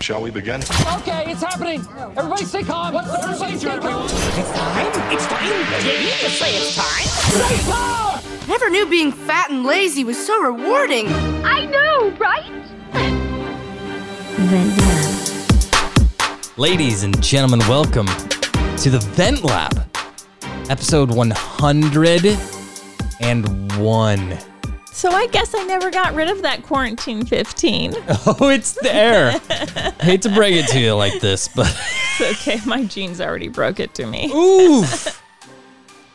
Shall we begin? Okay, it's happening. Everybody stay calm. What's the procedure, everyone? It's time. It's time. Did you just say it's time? Stay calm! Never knew being fat and lazy was so rewarding. I know, right? Ladies and gentlemen, welcome to the Vent Lab, episode 101. So I guess I never got rid of that quarantine 15. Oh, it's there. Hate to break it to you like this, but It's okay, my jeans already broke it to me. oof.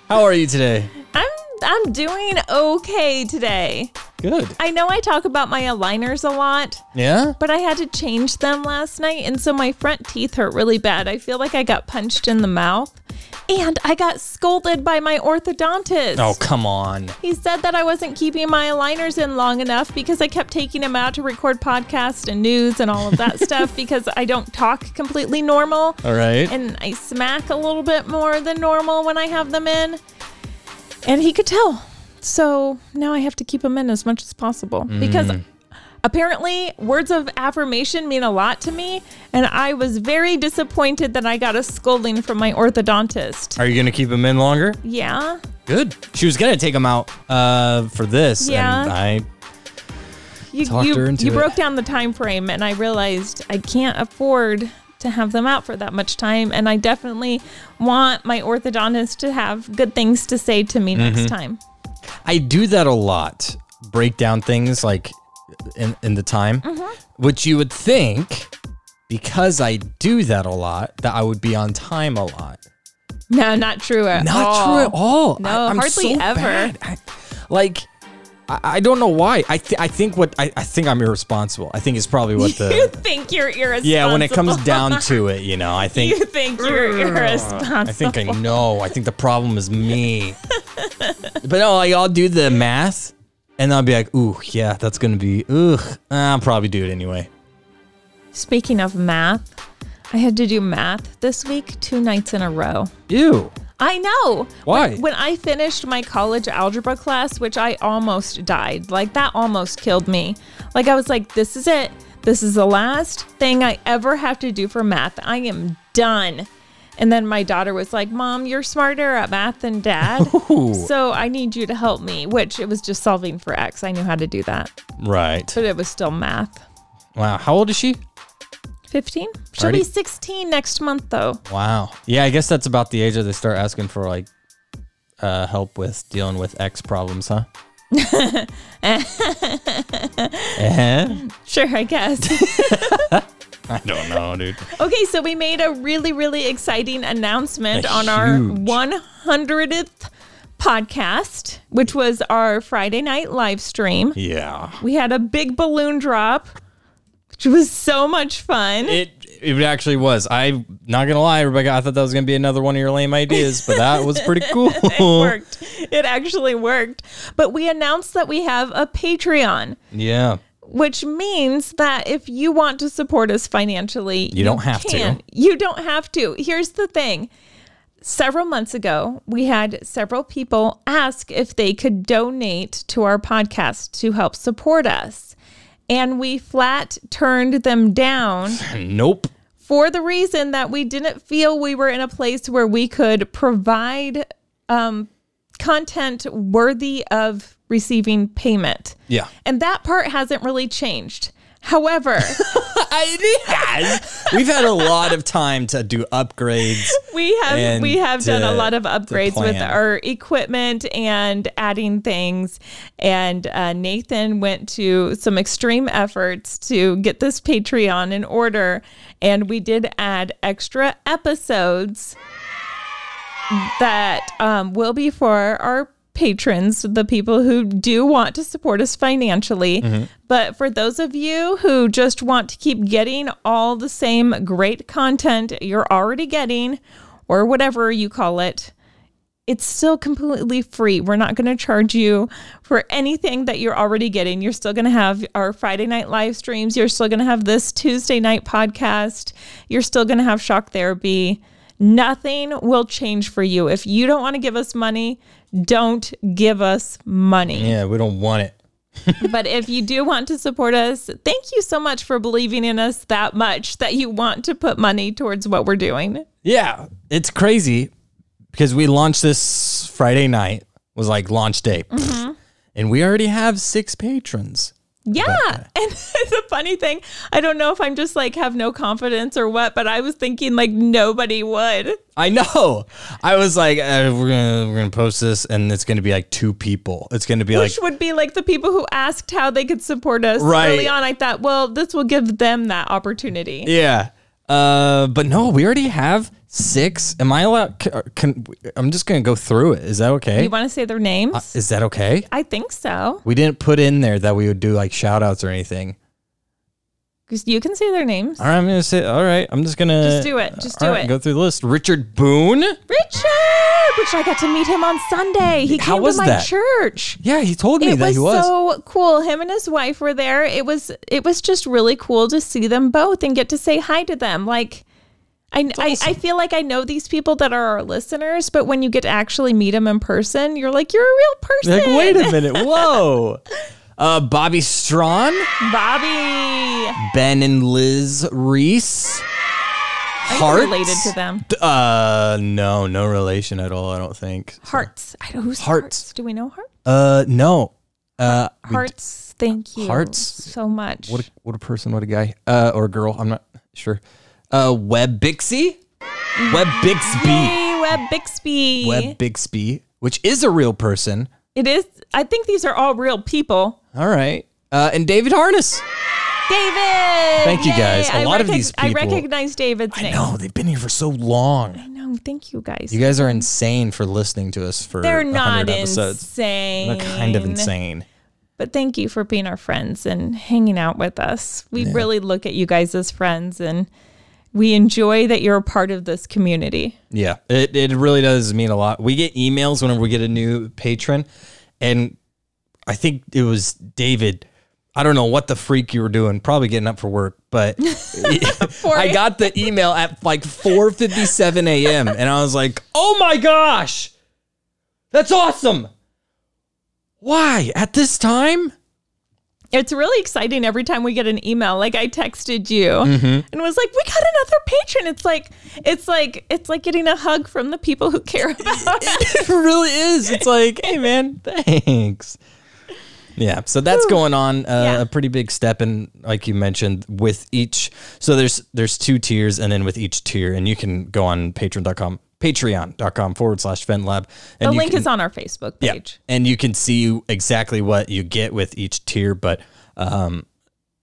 How are you today? I'm I'm doing okay today. Good. I know I talk about my aligners a lot, Yeah? but I had to change them last night and so my front teeth hurt really bad. I feel like I got punched in the mouth and I got scolded by my orthodontist. Oh, come on. He said that I wasn't keeping my aligners in long enough because I kept taking them out to record podcasts and news and all of that stuff because I don't talk completely normal. All right. and I smack a little bit more than normal when I have them in. And he could tell. So now I have to keep them in as much as possible Mm. because apparently words of affirmation mean a lot to me. And I was very disappointed that I got a scolding from my orthodontist. Are you going to keep him in longer? Yeah. Good. She was going to take him out uh, for this. And Yeah. I, You, Talked you, her into you it. broke down the time frame and I realized I can't afford to have them out for that much time and I definitely want my orthodontist to have good things to say to me Mm-hmm. next time. I do that a lot. Break down things like in, in the time, Mm-hmm. which you would think because I do that a lot that I would be on time a lot. No, not true at Not all. true at all. Oh. No, I, am hardly so ever. bad. I- like. I- I don't know why. I th- I think what I, I think I'm irresponsible. I think it's probably what You the think you're irresponsible? yeah. When it comes down to it, you know, I think you think you're irresponsible? I think I know. I think the problem is me. but no, like I'll do the math, and I'll be like, "Ooh, yeah, that's gonna be ugh." I'll probably do it anyway. Speaking of math, I had to do math this week, two nights in a row. Ew. I know. Why? When, when I finished my college algebra class, which I almost died, like that almost killed me. Like I was like, this is it. This is the last thing I ever have to do for math. I am done. And then my daughter was like, Mom, you're smarter at math than dad. So I need you to help me, which it was just solving for X. I knew how to do that, Right. but it was still math. Wow. How old is she? 15? She'll Already? be 16 next month, though. Wow. Yeah, I guess that's about the age that they start asking for like uh, help with dealing with X problems, huh? Uh-huh. Eh? Sure, I guess. I don't know, Oh, dude. Okay, so we made a really, really exciting announcement A on our huge. 100th podcast, which was our Friday night live stream. Yeah. We had a big balloon drop, which was so much fun. It it actually was. I not gonna lie, everybody. I thought that was gonna be another one of your lame ideas, but that was pretty cool. worked. It actually worked. But we announced that we have a Patreon, Yeah. which means that if you want to support us financially, you, don't have to. to. You don't have to. Here's the thing. Several months ago, we had several people ask if they could donate to our podcast to help support us. And we flat turned them down Nope. for the reason that we didn't feel we were in a place where we could provide um, content worthy of receiving payment. Yeah. And that part hasn't really changed. However, It has. We've had a lot of time to do upgrades. we have And we have done to- a lot of to upgrades with plan. our equipment and adding things. And uh, Nathan went to some extreme efforts to get this Patreon in order, and we did add extra episodes that um, will be for our patrons, the people who do want to support us financially. But for those of you who just want to keep getting all the same great content you're already getting, or whatever you call it, it's still completely free. We're not going to charge you for anything that you're already getting. You're still going to have our Friday night live streams. You're still going to have this Tuesday night podcast. You're still going to have shock therapy. Nothing will change for you. If you don't want to give us money, don't give us money. Yeah, we don't want it. but if you do want to support us, thank you so much for believing in us that much that you want to put money towards what we're doing. Yeah, it's crazy because we launched this Friday night was like launch day, Mm-hmm. and we already have six patrons. uh, Yeah. And the funny thing, I don't know if I'm just like have no confidence or what, but I was thinking like nobody would. I know. I was like, uh, we're gonna we're gonna post this, and it's gonna be like two people. It's gonna be Which like would be like the people who asked how they could support us Right. early on. I thought, well, this will give them that opportunity. yeah. Uh, but no, we already have six. Am I allowed? Can, can I'm just gonna go through it. Is that okay? You want to say their names? Is that okay? I think so. We didn't put in there that we would do like shout outs or anything. 'Cause You can say their names. All right, I'm gonna say. All right, I'm just gonna Just do it. Just all do right, it. Go through the list. Richard Boone. Richard, which I got to meet him on Sunday. He How came was to my that? church. Yeah, he told me It that was, he was. so cool. Him and his wife were there. It was it was just really cool to see them both and get to say hi to them. Like I, I, I feel like I know these people that are our listeners, but when you get to actually meet them in person, you're like, you're a real person. like, wait a minute. Whoa. Uh, Bobby Strawn, Bobby. Ben and Liz Reese. I'm Hearts. related to them. Uh, no, no relation at all. I don't think. Hearts. I don't who's Hearts. hearts. Do we know hearts? Uh, no. Uh, Hearts. Thank you. Hearts. So much. what a, what a person, what a guy, uh, or a girl. I'm not sure. Uh, Web Bixby. Web Bixby. Yay, Webb Bixby. Web Bixby, which is a real person. It is. I think these are all real people. All right. Uh, and David Harness. David. Thank you, Yay! guys. A I lot of these I people- recognize David's I name. know they've been here for so long. No, thank you guys. You guys are insane for listening to us for They're 100 not episodes. insane. They're kind of insane. But thank you for being our friends and hanging out with us. We really look at you guys as friends and we enjoy that you're a part of this community. Yeah, it, it really does mean a lot. We get emails whenever we get a new patron, and I think it was David. I don't know what the freak you were doing, probably getting up for work, but I got the email at like 4:57 a.m. and I was like, "Oh my gosh, that's awesome! Why at this time?" It's really exciting every time we get an email. Like I texted you Mm-hmm. and was like, "We got another patron." It's like it's like it's like getting a hug from the people who care about us. it really is. It's like, hey, man, thanks. Yeah, so that's going on uh, Yeah. a pretty big step, and like you mentioned, with each so there's there's two tiers, and then with each tier, and you can go on Patreon.com, Patreon.com forward slash FenLab. And The you link can, is on our Facebook yeah, page. and you can see exactly what you get with each tier, but um,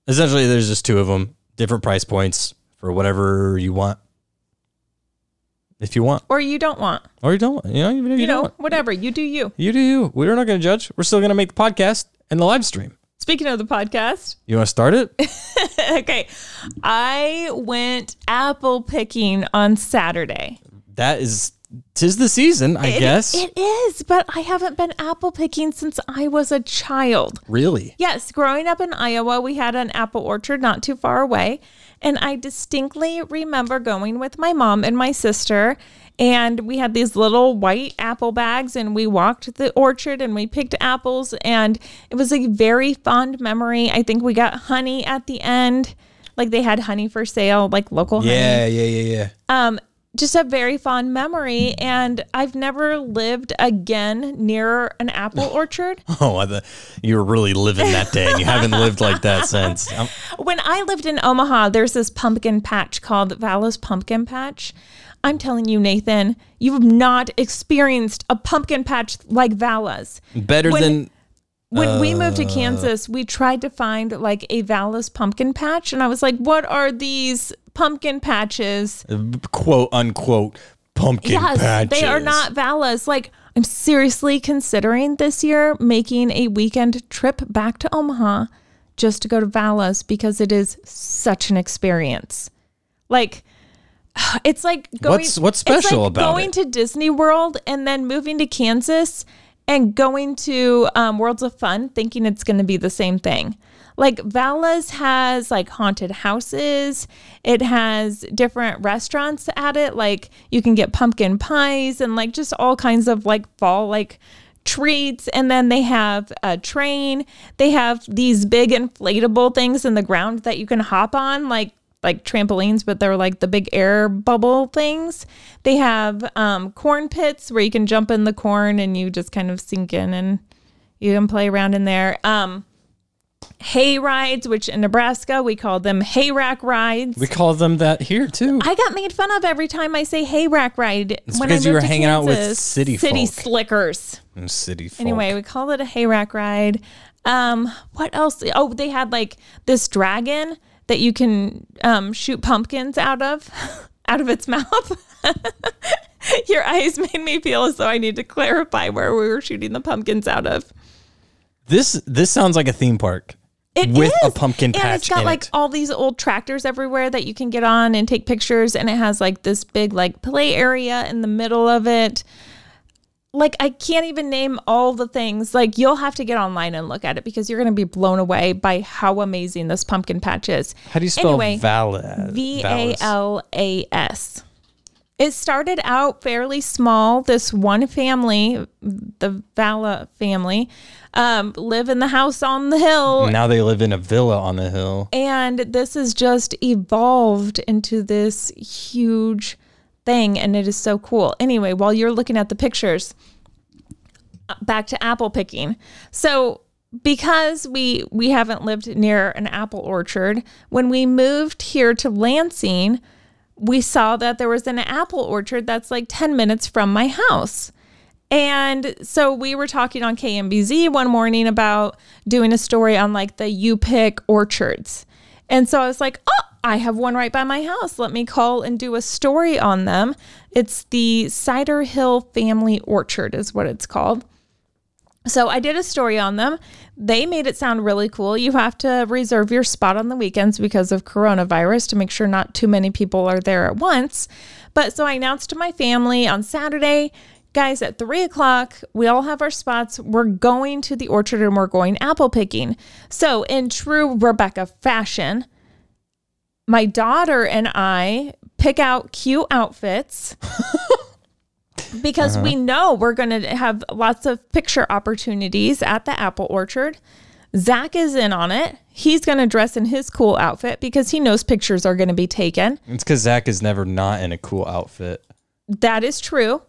essentially there's just two of them, different price points for whatever you want, if you want, Or you don't want. or you don't, want, you know, even if you, You, don't know, want. whatever. You do you. You do you. We're not going to judge. We're still going to make the podcast and the live stream. Speaking of the podcast, You want to start it? okay. I went apple picking on Saturday. that is, tis the season, I It- guess. it is, but I haven't been apple picking since I was a child. really? Yes, growing up in Iowa, we had an apple orchard not too far away. And I distinctly remember going with my mom and my sister. And we had these little white apple bags, and we walked the orchard and we picked apples. And it was a very fond memory. I think we got honey at the end. Like they had honey for sale, like local honey Yeah, yeah, yeah, yeah. just a very fond memory and i've never lived again near an apple orchard Oh, I thought you were really living that day and you haven't lived like that since. Um, when i lived in omaha there's this pumpkin patch called vallow's pumpkin patch i'm telling you nathan you've not experienced a pumpkin patch like valla's better When- than, when we moved to Kansas, we tried to find like a Valis pumpkin patch. And I was like, what are these pumpkin patches? quote unquote, pumpkin yes, patches. they are not Valas. Like, I'm seriously considering this year making a weekend trip back to Omaha just to go to Valas because it is such an experience. Like, it's like going. What's- what's it's like special about going it? to Disney World and then moving to Kansas and going to um, Worlds of Fun, thinking it's going to be the same thing. Like Valas has like haunted houses. It has different restaurants at it. Like you can get pumpkin pies and like just all kinds of like fall like treats, and then they have a train. They have these big inflatable things in the ground that you can hop on, like like trampolines, but they're like the big air bubble things. They have um, corn pits where you can jump in the corn and you just kind of sink in and you can play around in there. Um, hay rides, which in Nebraska we call them hay rack rides. We call them that here too. I got made fun of every time I say hay rack ride. It's because you were hanging out with city city folk. slickers. Mm, City folk. Anyway, we called it a hay rack ride. Um, what else? Oh, they had like this dragon that you can um, shoot pumpkins out of, out of its mouth. Your eyes made me feel as though I need to clarify where we were shooting the pumpkins out of. this this sounds like a theme park. It is With a pumpkin and patch it's got in like it. all these old tractors everywhere that you can get on and take pictures, and it has like this big like play area in the middle of it. Like I can't even name all the things. Like you'll have to get online and look at it because you're going to be blown away by how amazing this pumpkin patch is. How do you spell Anyway, Valas? V A L A S. It started out fairly small. This one family, the Vala family, um, live in the house on the hill, Now they live in a villa on the hill. and this has just evolved into this huge thing, and it is so cool. Anyway, while you're looking at the pictures, uh, back to apple picking. So because we we haven't lived near an apple orchard, when we moved here to Lansing, we saw that there was an apple orchard that's like 10 minutes from my house. And so we were talking on KMBZ one morning about doing a story on like the you pick orchards. And so I was like, oh, I have one right by my house. Let me call and do a story on them. It's the Cider Hill Family Orchard, is what it's called. So I did a story on them. They made it sound really cool. You have to reserve your spot on the weekends because of coronavirus to make sure not too many people are there at once. But so I announced to my family on Saturday, guys, at three o'clock, we all have our spots. We're going to the orchard and we're going apple picking. So, in true Rebecca fashion, my daughter and I pick out cute outfits because Uh-huh. we know we're going to have lots of picture opportunities at the apple orchard. Zach is in on it. He's going to dress in his cool outfit because he knows pictures are going to be taken. It's because Zach is never not in a cool outfit. That is true.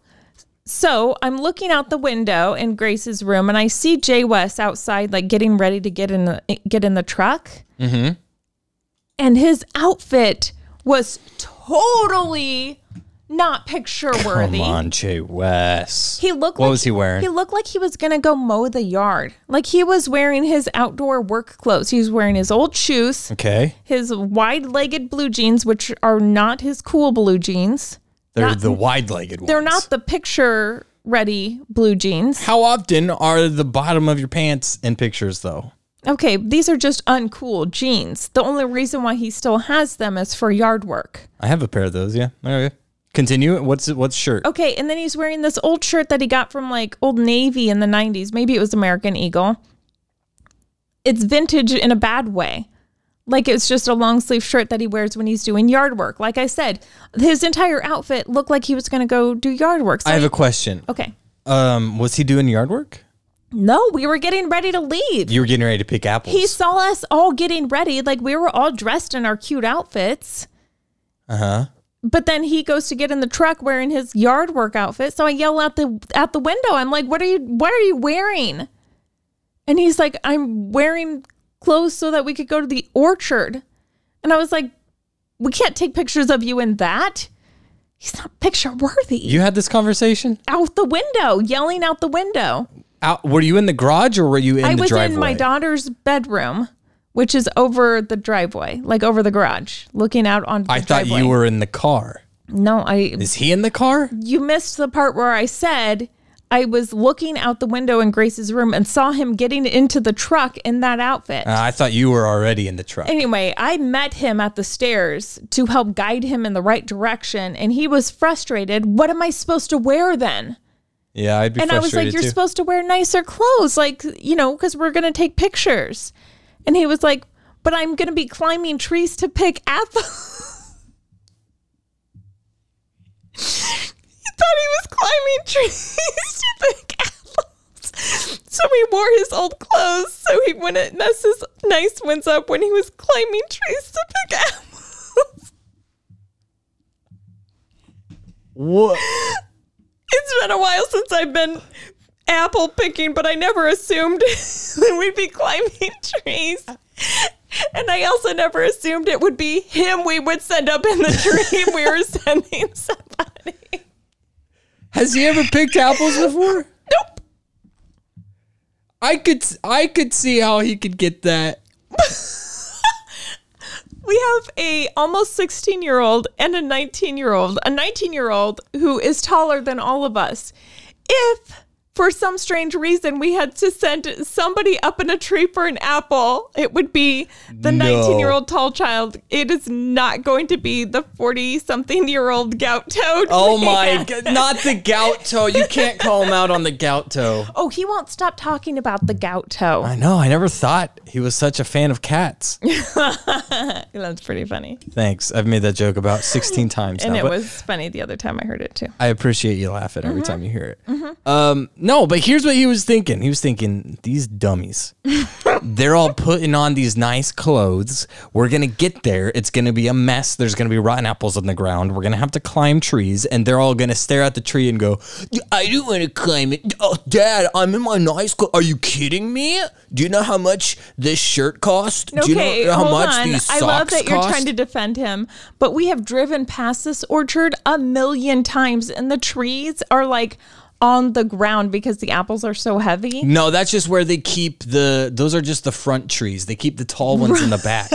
So I'm looking out the window in Grace's room, and I see Jay West outside, like getting ready to get in the get in the truck. Mm-hmm. And his outfit was totally not picture worthy. Come on, Jay West. He looked. What like, was he wearing? He looked like he was gonna go mow the yard. Like he was wearing his outdoor work clothes. He was wearing his old shoes, okay, his wide-legged blue jeans, which are not his cool blue jeans. they're Not- the wide-legged ones. They're not the picture-ready blue jeans. How often are the bottom of your pants in pictures, though? Okay, these are just uncool jeans. The only reason why he still has them is for yard work. I have a pair of those. Yeah. Okay. Continue. What's what's shirt? Okay, and then he's wearing this old shirt that he got from like Old Navy in the 90s. Maybe it was American Eagle. It's vintage in a bad way. Like it's just a long sleeve shirt that he wears when he's doing yard work. Like I said, his entire outfit looked like he was going to go do yard work. So I have a question. okay. Um, was he doing yard work? No, we were getting ready to leave. You were getting ready to pick apples. he saw us all getting ready. Like we were all dressed in our cute outfits. uh huh. but then he goes to get in the truck wearing his yard work outfit. So I yell out the out the window. I'm like, "What are you? What are you wearing?" And he's like, "I'm wearing clothes so that we could go to the orchard." And I was like, "We can't take pictures of you in that. He's not picture worthy." You had this conversation. out the window, yelling out the window. Out. Were you in the garage or were you in I the was driveway? in my daughter's bedroom, which is over the driveway, like over the garage, looking out on. I thought you were in the car. No, I Is he in the car? you missed the part where I said I was looking out the window in Grace's room and saw him getting into the truck in that outfit. Uh, I thought you were already in the truck. Anyway, I met him at the stairs to help guide him in the right direction, and he was frustrated. What am I supposed to wear then? yeah, I'd be And I was frustrated like, You're too. supposed to wear nicer clothes, like, you know, because we're going to take pictures. And he was like, But I'm going to be climbing trees to pick apples. he thought he was climbing trees to pick apples. So he wore his old clothes so he wouldn't mess his nice ones up when he was climbing trees to pick apples. What? It's been a while since I've been apple picking, but I never assumed that we'd be climbing trees. And I also never assumed it would be him we would send up in the tree if we were sending somebody. Has he ever picked apples before? Nope. I could I could see how he could get that. we have a almost 16 year old and a 19 year old a 19 year old who is taller than all of us if for some strange reason we had to send somebody up in a tree for an apple it would be the No. 19 year old tall child it is not going to be the 40 something year old gout toad Oh my man. god, not the gout toe. You can't call him out on the gout toe. oh he won't stop talking about the gout toe I know, I never thought he was such a fan of cats. that's pretty funny Thanks. I've made that joke about 16 times and now. it but was funny the other time i heard it too I appreciate you laughing every Mm-hmm. time you hear it. Um, no, but here's what he was thinking. He was thinking, these dummies, they're all putting on these nice clothes. We're going to get there. It's going to be a mess. There's going to be rotten apples on the ground. We're going to have to climb trees, and they're all going to stare at the tree and go, I don't want to climb it. Oh, Dad, I'm in my nice clothes. Are you kidding me? Do you know how much this shirt cost? Do you Okay, know how hold much on. these I love socks that you're cost? trying to defend him, but we have driven past this orchard a million times, and the trees are like on the ground because the apples are so heavy. No, that's just where they keep the. Those are just the front trees. They keep the tall ones in the back.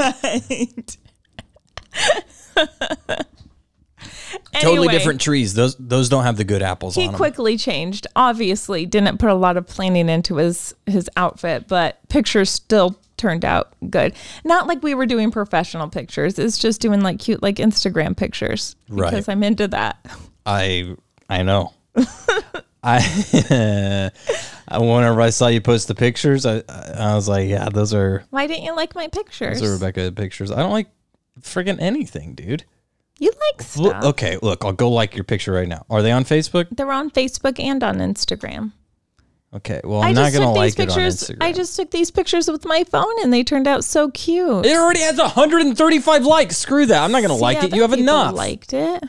Totally Anyway, different trees. Those those don't have the good apples He on them. quickly changed. Obviously, didn't put a lot of planning into his his outfit, but pictures still turned out good. Not like we were doing professional pictures. It's just doing like cute like Instagram pictures Right. because I'm into that. I I know. I I whenever I saw you post the pictures, I I I was like, yeah, those are Why didn't you like my pictures? those are Rebecca pictures. I don't like friggin' anything, dude. You like Look- stuff. okay, look, I'll go like your picture right now. Are they on Facebook? They're on Facebook and on Instagram. Okay, well I'm not gonna like it on pictures. Instagram. I just took these pictures with my phone, and they turned out so cute. it already has 135 likes. Screw that. I'm not gonna See, like it. other You have people enough. Liked it.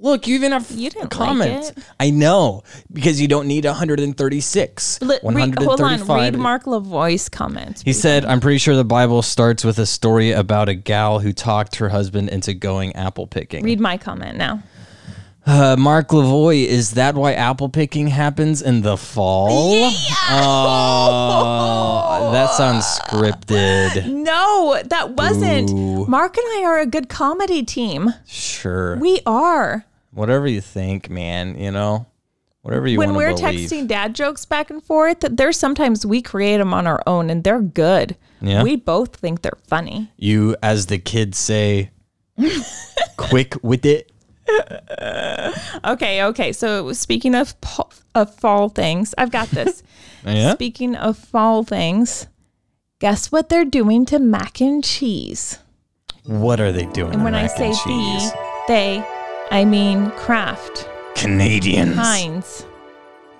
Look, you even have You didn't like comments. it. I know because you don't need 136. Li- read- hold on. 135. Read Mark Lavoie's comments. he said, "I'm pretty sure the Bible starts with a story about a gal who talked her husband into going apple picking." read my comment now. Uh, Mark Lavoy, is that why apple picking happens in the fall? Oh, that sounds scripted. No, that wasn't. Mark and I are a good comedy team. Sure, We are. whatever you think, man. You know, whatever you When want we're to believe. texting dad jokes back and forth, there's sometimes we create them on our own, and they're good. Yeah. We both think they're funny. you, as the kids say, quick with it. Okay, okay. So speaking of po- of fall things, I've got this. Oh, Yeah. Speaking of fall things, guess what they're doing to mac and cheese? What are they doing? And to when I mac say cheese? the, they, I mean Kraft, Canadians. Heinz,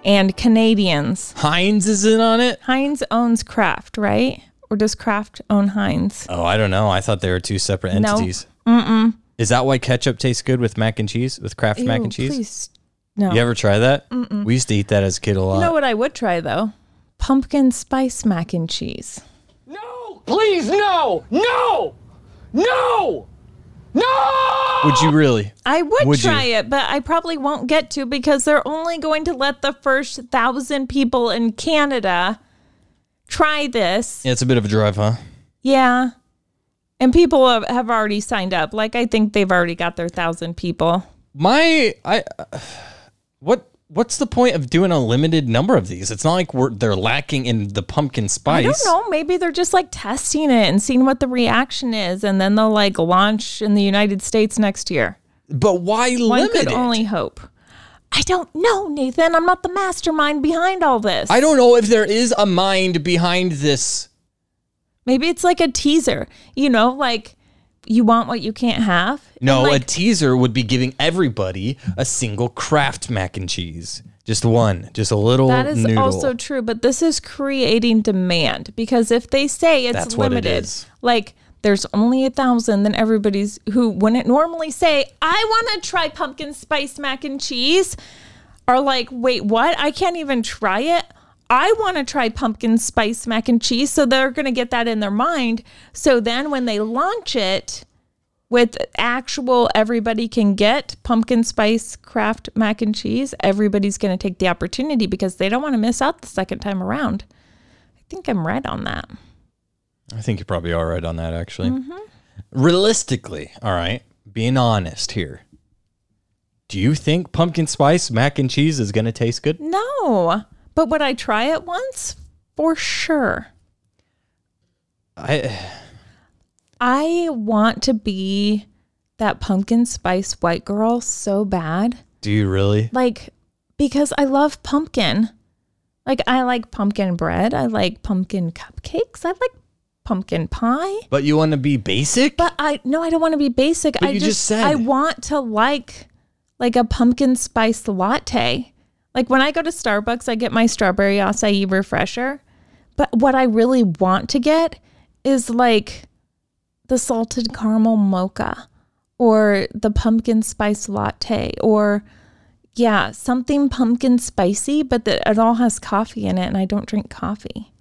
and Canadians. Heinz is in on it. Heinz owns Kraft, right? Or does Kraft own Heinz? Oh, I don't know. I thought they were two separate No. entities. Mm-mm. Is that why ketchup tastes good with mac and cheese? With Kraft mac Ew, and cheese? Please, no. You ever try that? Mm-mm. We used to eat that as a kid a lot. you know what I would try though? Pumpkin spice mac and cheese. No! Please, no! No! No! No! Would you really? I would, Would try you? it, but I probably won't get to because they're only going to let the first thousand people in Canada try this. Yeah, it's a bit of a drive, huh? Yeah. And people have, have already signed up. Like, I think they've already got their thousand people. My I uh, what what's the point of doing a limited number of these? It's not like we're they're lacking in the pumpkin spice. I don't know. Maybe they're just like testing it and seeing what the reaction is. And then they'll like launch in the United States next year. But why One limit could it? only hope. I don't know, Nathan. I'm not the mastermind behind all this. I don't know if there is a mind behind this. Maybe it's like a teaser, you know, like you want what you can't have. No, And, a like, teaser would be giving everybody a single Kraft mac and cheese. Just one, just a little That is noodle. also true, but this is creating demand because if they say it's That's what it limited, is. like there's only a thousand, then everybody's who wouldn't normally say, I want to try pumpkin spice mac and cheese, are like, wait, what? I can't even try it. I want to try pumpkin spice mac and cheese. So they're going to get that in their mind. So then when they launch it, with actual everybody can get pumpkin spice craft mac and cheese, everybody's going to take the opportunity because they don't want to miss out the second time around. I think I'm right on that. I think you're probably all right on that, actually. Mm-hmm. Realistically, all right, being honest here, do you think pumpkin spice mac and cheese is going to taste good? No, but would I try it once? For sure. I I want to be that pumpkin spice white girl so bad. do you really? Like, because I love pumpkin. Like, I like pumpkin bread. I like pumpkin cupcakes. I like pumpkin pie. But you want to be basic? But I no, I don't want to be basic. But I you just, just said- I want to like like a pumpkin spice latte. Like when I go to Starbucks, I get my strawberry acai refresher. But what I really want to get is like the salted caramel mocha or the pumpkin spice latte or yeah, something pumpkin spicy, but that it all has coffee in it and I don't drink coffee.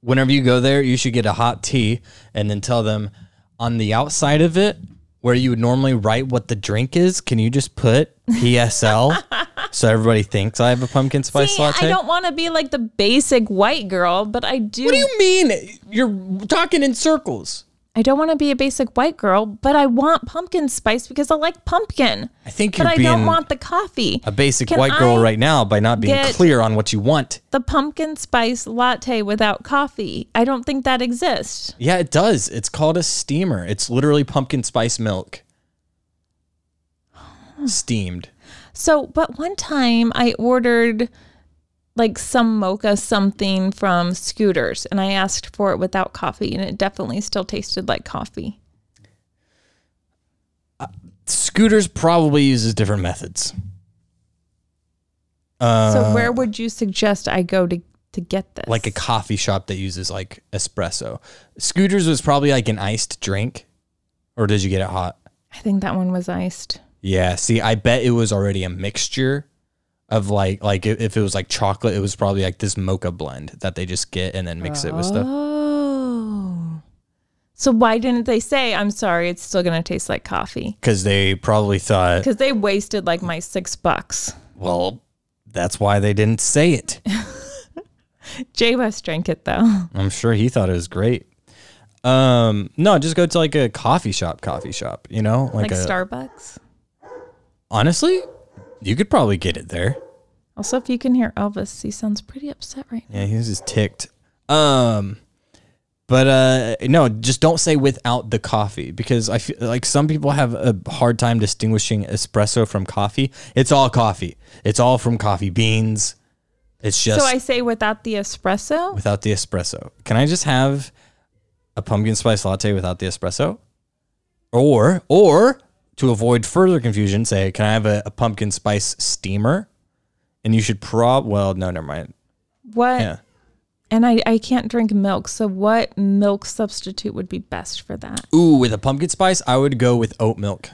Whenever you go there, you should get a hot tea and then tell them on the outside of it where you would normally write what the drink is, can you just put PSL so everybody thinks I have a pumpkin spice See, latte? I don't want to be like the basic white girl, but I do what do you mean? You're talking in circles. I don't want to be a basic white girl, but I want pumpkin spice because I like pumpkin. I think But you're I being don't want the coffee. a basic Can white girl I right now by not being get- clear on what you want. The pumpkin spice latte without coffee. I don't think that exists. Yeah, it does. It's called a steamer. It's literally pumpkin spice milk. Steamed. So, but one time I ordered like some mocha something from Scooters and I asked for it without coffee and it definitely still tasted like coffee. Scooters probably uses different methods. so, where would you suggest I go to to get this? Uh, Like a coffee shop that uses like espresso. Scooters was probably like an iced drink. Or did you get it hot? I think that one was iced. Yeah, see, I bet it was already a mixture of like like i- if it was like chocolate, it was probably like this mocha blend that they just get and then mix it with stuff. Oh. So why didn't they say, I'm sorry, it's still going to taste like coffee? Cuz they probably thought Because they wasted like my six bucks. Well, that's why they didn't say it. Jay West drank it though. I'm sure he thought it was great. Um, no, just go to like a coffee shop, coffee shop, you know, like, Like a, Starbucks. honestly, you could probably get it there. Also, if you can hear Elvis, he sounds pretty upset right now. Yeah, he was just ticked. Um, but uh, no, just don't say without the coffee because I feel like some people have a hard time distinguishing espresso from coffee. It's all coffee. It's all from coffee beans. It's just So I say without the espresso? without the espresso. Can I just have a pumpkin spice latte without the espresso? Or or to avoid further confusion, say, can I have a, a pumpkin spice steamer? And you should prob well, no, never mind. What? Yeah. And I, I can't drink milk. So what milk substitute would be best for that? Ooh, with a pumpkin spice, I would go with oat milk.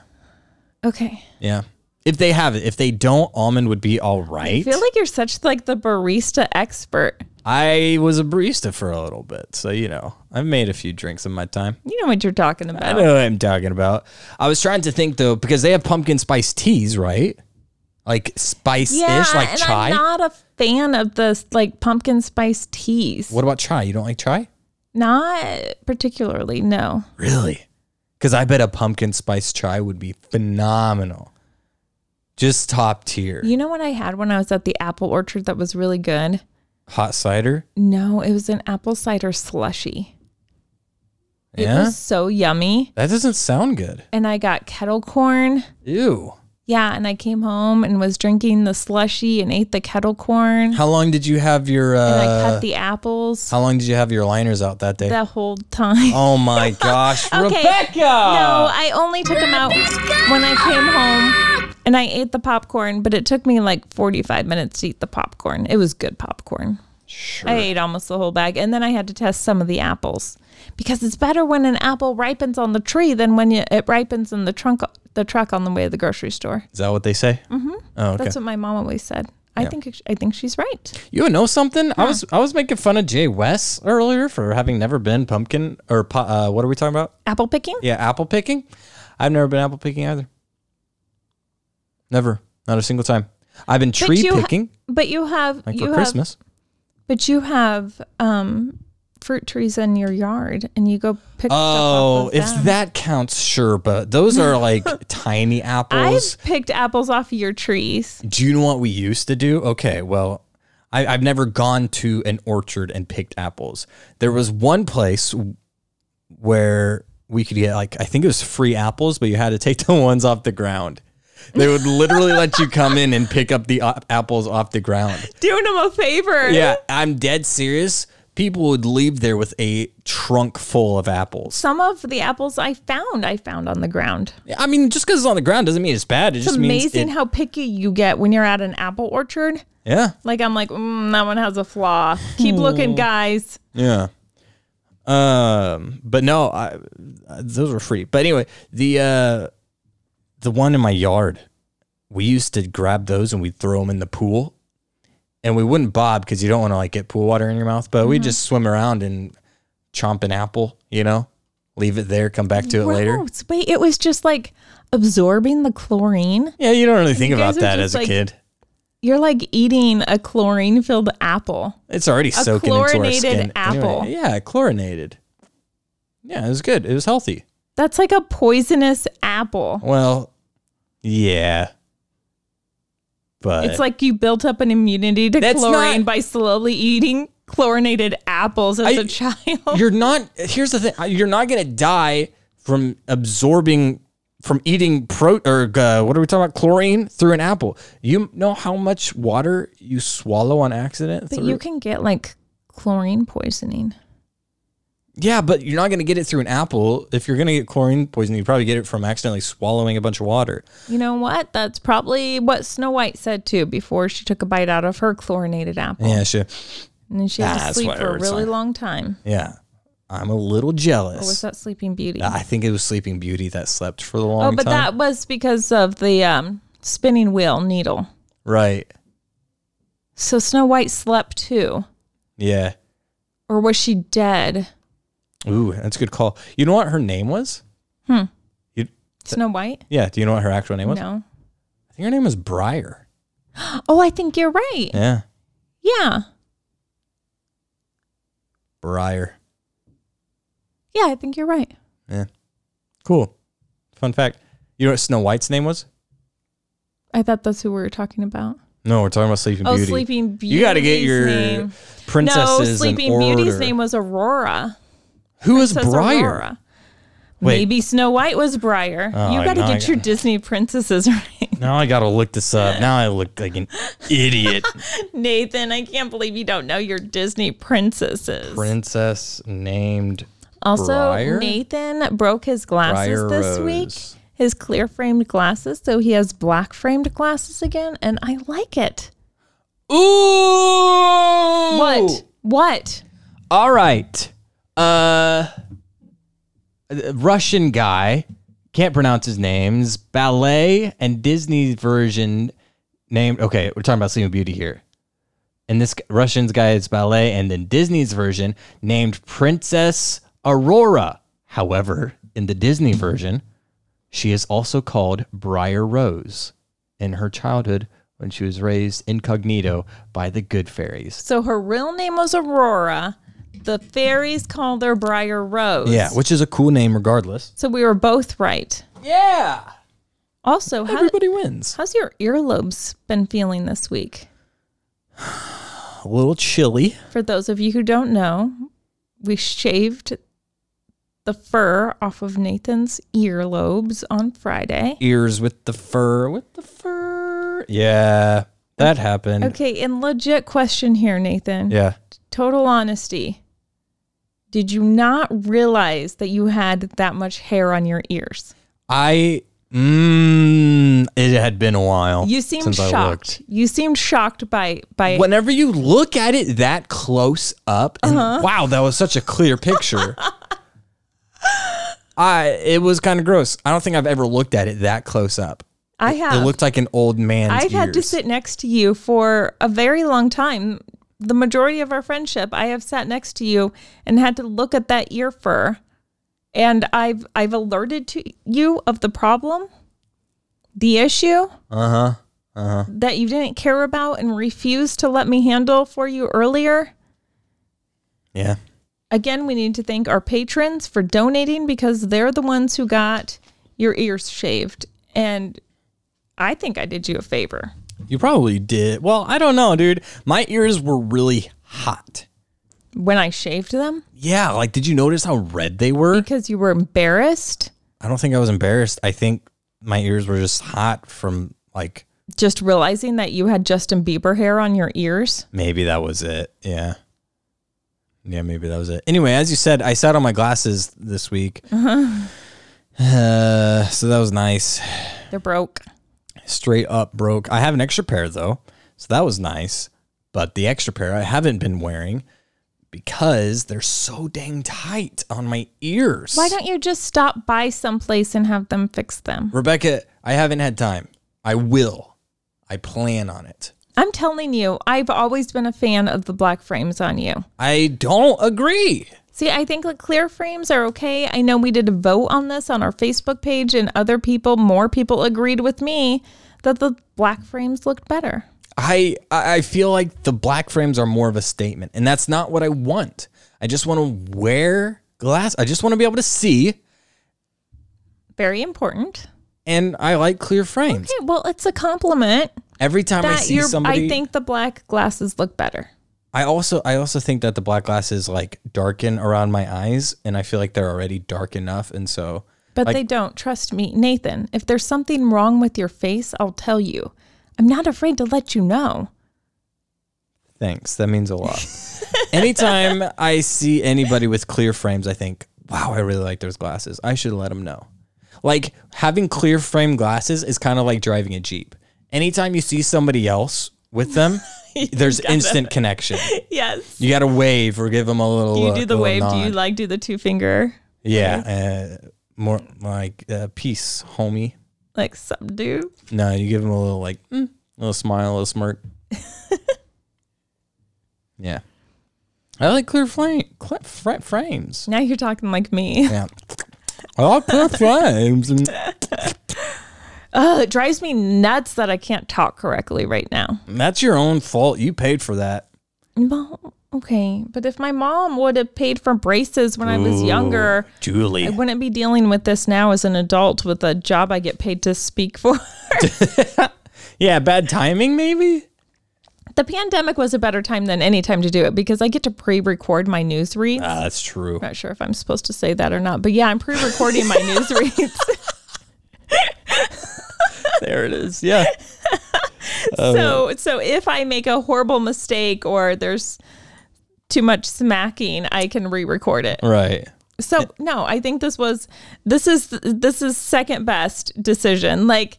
Okay. Yeah. If they have it. If they don't, almond would be all right. I feel like you're such like the barista expert. I was a barista for a little bit, so you know, I've made a few drinks in my time. You know what you're talking I about. know what I'm talking about. I was trying to think though, because they have pumpkin spice teas, right? Like spice ish, like and chai. I'm not a fan of the like pumpkin spice teas. what about chai? You don't like chai? Not particularly, no. Really? Because I bet a pumpkin spice chai would be phenomenal. Just top tier. You know what I had when I was at the apple orchard that was really good? Hot cider. No, it was an apple cider slushy. It Yeah. was so yummy. That doesn't sound good. And I got kettle corn. Ew. Yeah, and I came home and was drinking the slushy and ate the kettle corn. How long did you have your uh and I cut the apples how long did you have your liners out that day? the whole time. oh my gosh. Okay. Rebecca. No, I only took them out when I came home And I ate the popcorn, but it took me like 45 minutes to eat the popcorn. It was good popcorn. Sure. I ate almost the whole bag. And then I had to test some of the apples because it's better when an apple ripens on the tree than when you- it ripens in the trunk the truck on the way to the grocery store. Is that what they say? Mm-hmm. Oh, okay. That's what my mom always said. I Yeah. think I think she's right. You know something? I was I was making fun of Jay West earlier for having never been pumpkin or pu- uh, what are we talking about? Apple picking? Yeah, apple picking. I've never been apple picking either. Never, not a single time. I've been But tree you ha- picking but you have like for you have, Christmas. But you have um, fruit trees in your yard, and you go pick. stuff Oh, off of if them. that counts, sure. But those are like tiny apples. I've picked apples off your trees. Do you know what we used to do? Okay, well, I, I've never gone to an orchard and picked apples. There was one place where we could get like I think it was free apples, but you had to take the ones off the ground. They would literally let you come in and pick up the op- apples off the ground. Doing them a favor. Yeah, I'm dead serious. People would leave there with a trunk full of apples. Some of the apples I found, I found on the ground. I mean, just because it's on the ground doesn't mean it's bad. It It's just means amazing it- how picky you get when you're at an apple orchard. yeah, Like I'm like, mm, that one has a flaw. Keep Hmm. looking, guys. Yeah. Um, but no, I, uh, those were free. But anyway, the uh, the one in my yard, we used to grab those and we'd throw them in the pool, and we wouldn't bob because you don't want to like get pool water in your mouth. But Mm-hmm. we'd just swim around and chomp an apple, you know, leave it there, come back to it later. Gross. Wait, it was just like absorbing the chlorine. Yeah, you don't really think about guys are that just, as a like, kid. You're like eating a chlorine-filled apple. It's already soaking into our chlorinated skin. apple. Anyway, yeah, chlorinated. Yeah, it was good. It was healthy. That's like a poisonous apple. Well, yeah, but It's like you built up an immunity to That's chlorine not- by slowly eating chlorinated apples as I- a child. you're not. Here's the thing: you're not gonna die from absorbing from eating pro or uh, what are we talking about? Chlorine through an apple. You know how much water you swallow on accident? But through- you can get like chlorine poisoning. yeah, but you're not gonna get it through an apple. If you're gonna get chlorine poisoning, you probably get it from accidentally swallowing a bunch of water. You know what? That's probably what Snow White said too before she took a bite out of her chlorinated apple. Yeah, sure. And then she had Ah, to that's sleep what I for a heard, really sorry. long time. Yeah, I'm a little Or was jealous. Oh, that Sleeping Beauty? I think it was Sleeping Beauty that slept for the long oh, time. but that was because of the um, spinning wheel needle. right. So Snow White slept too. Yeah. Or was she dead? Ooh, that's a good call. You know what her name was? Snow White? Yeah. Do you know what her actual name was? Hmm. No. I think her name was Briar. Oh, I think you're right. Yeah. Yeah. Briar. Yeah, I think you're right. Cool. Fun fact. You know what Snow White's name was? I thought that's who we were talking about. No, we're talking about Sleeping Oh, Beauty. Sleeping Beauty. You got to get your No, princesses in Sleeping order. Beauty's name was Aurora. Who was Princess Briar? Aurora. Wait. Maybe Snow White was Briar. Oh, you I got to know, I get your got- Disney princesses right. Now I got to look this up. Now I look like an idiot. Nathan, I can't believe you don't know your Disney princesses. Princess named also, Briar? Nathan broke his glasses Briar Rose. this week. His clear framed glasses, so he has black framed glasses again, and I like it. Ooh! What? What? All right. Uh a Russian guy, can't pronounce his names, ballet and Disney version named Okay, we're talking about Sleeping Beauty here. And this g- Russian's guy's ballet and then Disney's version named Princess Aurora. However, in the Disney version, she is also called Briar Rose in her childhood when she was raised incognito by the good fairies. So her real name was Aurora. The fairies called her Briar Rose. Yeah, which is a cool name regardless. So we were both right. Yeah. Also, how, Everybody wins. how's your earlobes been feeling this week? A little chilly. For those of you who don't know, we shaved the fur off of Nathan's earlobes on Friday. Ears with the fur, with the fur. Yeah, that happened. Okay, and legit question here, Nathan. Yeah. Total honesty. Did you not realize that you had that much hair on your ears? I Mm, it had been a while. You seemed since I shocked. You seemed shocked by by Whenever you look at it that close up, and Uh-huh. wow, that was such a clear picture. I it was kind of gross. I don't think I've ever looked at it that close up. I have It looked like an old man's. I've had to ears. sit next to you for a very long time. The majority of our friendship, I have sat next to you and had to look at that ear fur. And I've I've alerted to you of the problem, the issue. Uh-huh. Uh-huh. That you didn't care about and refused to let me handle for you earlier. Yeah. Again, we need to thank our patrons for donating because they're the ones who got your ears shaved. And I think I did you a favor. You probably did. Well, I don't know, dude. My ears were really hot. when I shaved them Yeah, like did you notice how red they were? because you were embarrassed, I don't think I was embarrassed. I think my ears were just hot from like just realizing that you had Justin Bieber hair on your ears. Maybe that was it. Yeah. Yeah, maybe that was it. Anyway, as you said, I sat on my glasses this week. Uh-huh. so that was nice. They're broke. Straight up broke. I have an extra pair though. So that was nice. But the extra pair I haven't been wearing because they're so dang tight on my ears. Why don't you just stop by someplace and have them fix them? Rebecca, I haven't had time. I will. I plan on it. I'm telling you, I've always been a fan of the black frames on you. I don't agree. See, I think like clear frames are okay. I know we did a vote on this on our Facebook page, and other people, more people agreed with me that the black frames looked better. I I I feel like the black frames are more of a statement, and that's not what I want. I just want to wear glass. I just want to be able to see, Very important. and I like clear frames. Okay, well, it's a compliment. Every time I that see you're, somebody, I think the black glasses look better. I also I also think that the black glasses like darken around my eyes, and I feel like they're already dark enough, and so But they don't. Trust me, Nathan. If there's something wrong with your face, I'll tell you. I'm not afraid to let you know. Thanks. That means a lot. Anytime I see anybody with clear frames, I think, wow, I really like those glasses. I should let them know. Like having clear frame glasses is kind of like driving a Jeep. Anytime you see somebody else with them, there's instant connection. Yes. You got to wave or give them a little. Do you uh, do the little wave? Do you nod. like do the two finger Yeah. Uh, more like uh, peace, homie. like subdue? No, you give them a little like, mm, little smile, a little smirk. yeah, I like clear flame, clear fra- frames. Now you're talking like me. Yeah, I like clear frames. And Ugh, it drives me nuts that I can't talk correctly right now. that's your own fault. You paid for that. Mm. Well, okay, but if my mom would have paid for braces when I was younger, Julie. I wouldn't be dealing with this now as an adult with a job I get paid to speak for. Yeah, bad timing maybe. the pandemic was a better time than any time to do it because I get to pre-record my news reads. Ah, that's true. Not sure if I'm supposed to say that or not, but yeah, I'm pre-recording my news reads. There it is. Yeah, so, so if I make a horrible mistake or there's too much smacking, I can re-record it. right. So, no, I think this was this is this is second best decision. Like,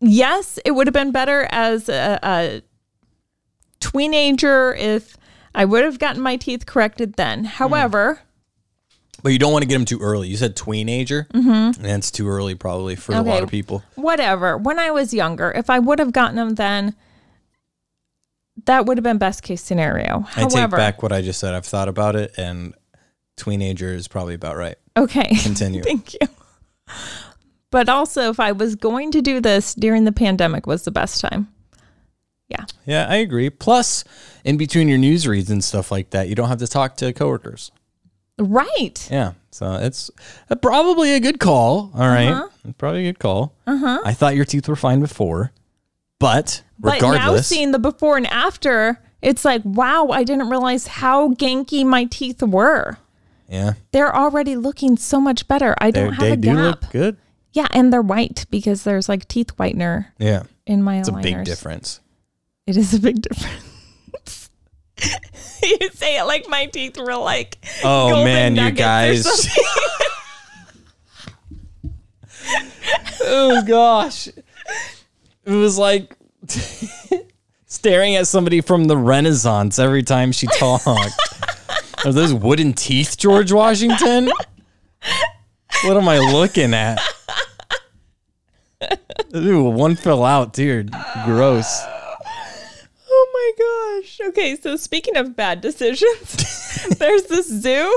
yes, it would have been better as a, a teenager if I would have gotten my teeth corrected then. However. But you don't want to get them too early. You said teenager, mm-hmm. and that's too early probably for a lot Okay. of people. whatever. When I was younger, if I would have gotten them then, that would have been best case scenario. I take However, back what I just said. I've thought about it, and teenager is probably about right. okay, Continue. thank you. But also, if I was going to do this during the pandemic, was the best time. Yeah, Yeah, I agree. Plus, in between your news reads and stuff like that, you don't have to talk to coworkers. right. Yeah, so it's uh, probably a good call. All right. It's probably a good call. Uh-huh. I thought your teeth were fine before, but But now regardless, seeing the before and after, it's like, wow, I didn't realize how ganky my teeth were. yeah, They're already looking so much better. I they, don't have they a do gap. look good. Yeah, and they're white because there's like teeth whitener Yeah, in my it's a aligners. big difference. It is a big difference. you say it like my teeth were like. Oh golden man, you nuggets or guys. something. oh gosh. It was like staring at somebody from the Renaissance every time she talked. Are those wooden teeth, George Washington? What am I looking at? Ooh, one fell out, dude. Gross. Oh my gosh. Okay, so speaking of bad decisions, there's this zoo.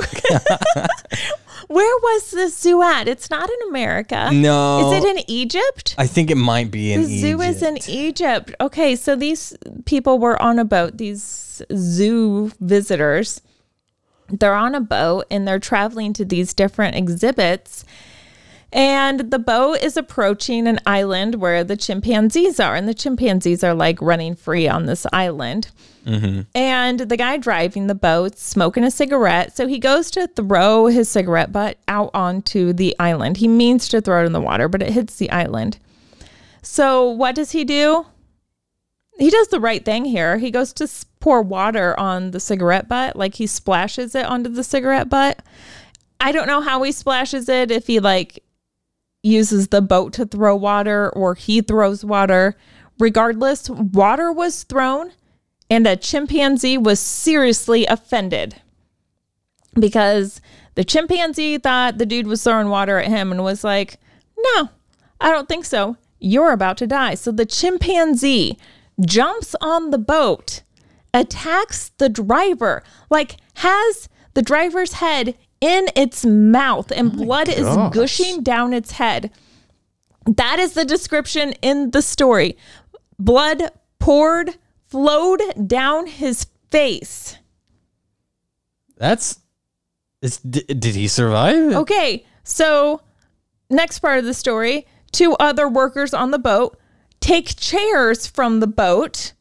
Where was this zoo at? It's not in America. No. Is it in Egypt? I think it might be in the zoo is e- in Egypt. Okay, so these people were on a boat, these zoo visitors. They're on a boat and they're traveling to these different exhibits. And the boat is approaching an island where the chimpanzees are, and the chimpanzees are like running free on this island. And the guy driving the boat smoking a cigarette. So he goes to throw his cigarette butt out onto the island. He means to throw it in the water, but it hits the island. So what does he do? He does the right thing here. He goes to s- pour water on the cigarette butt, like he splashes it onto the cigarette butt. I don't know how he splashes it, if he like uses the boat to throw water or he throws water. Regardless, water was thrown and a chimpanzee was seriously offended because the chimpanzee thought the dude was throwing water at him and was like, No, I don't think so. You're about to die. So the chimpanzee jumps on the boat, attacks the driver, like has the driver's head in its mouth, and blood is gushing down its head. That is the description in the story. Blood poured, flowed down his face. That's. It's, d- did he survive? Okay, so next part of the story two other workers on the boat take chairs from the boat.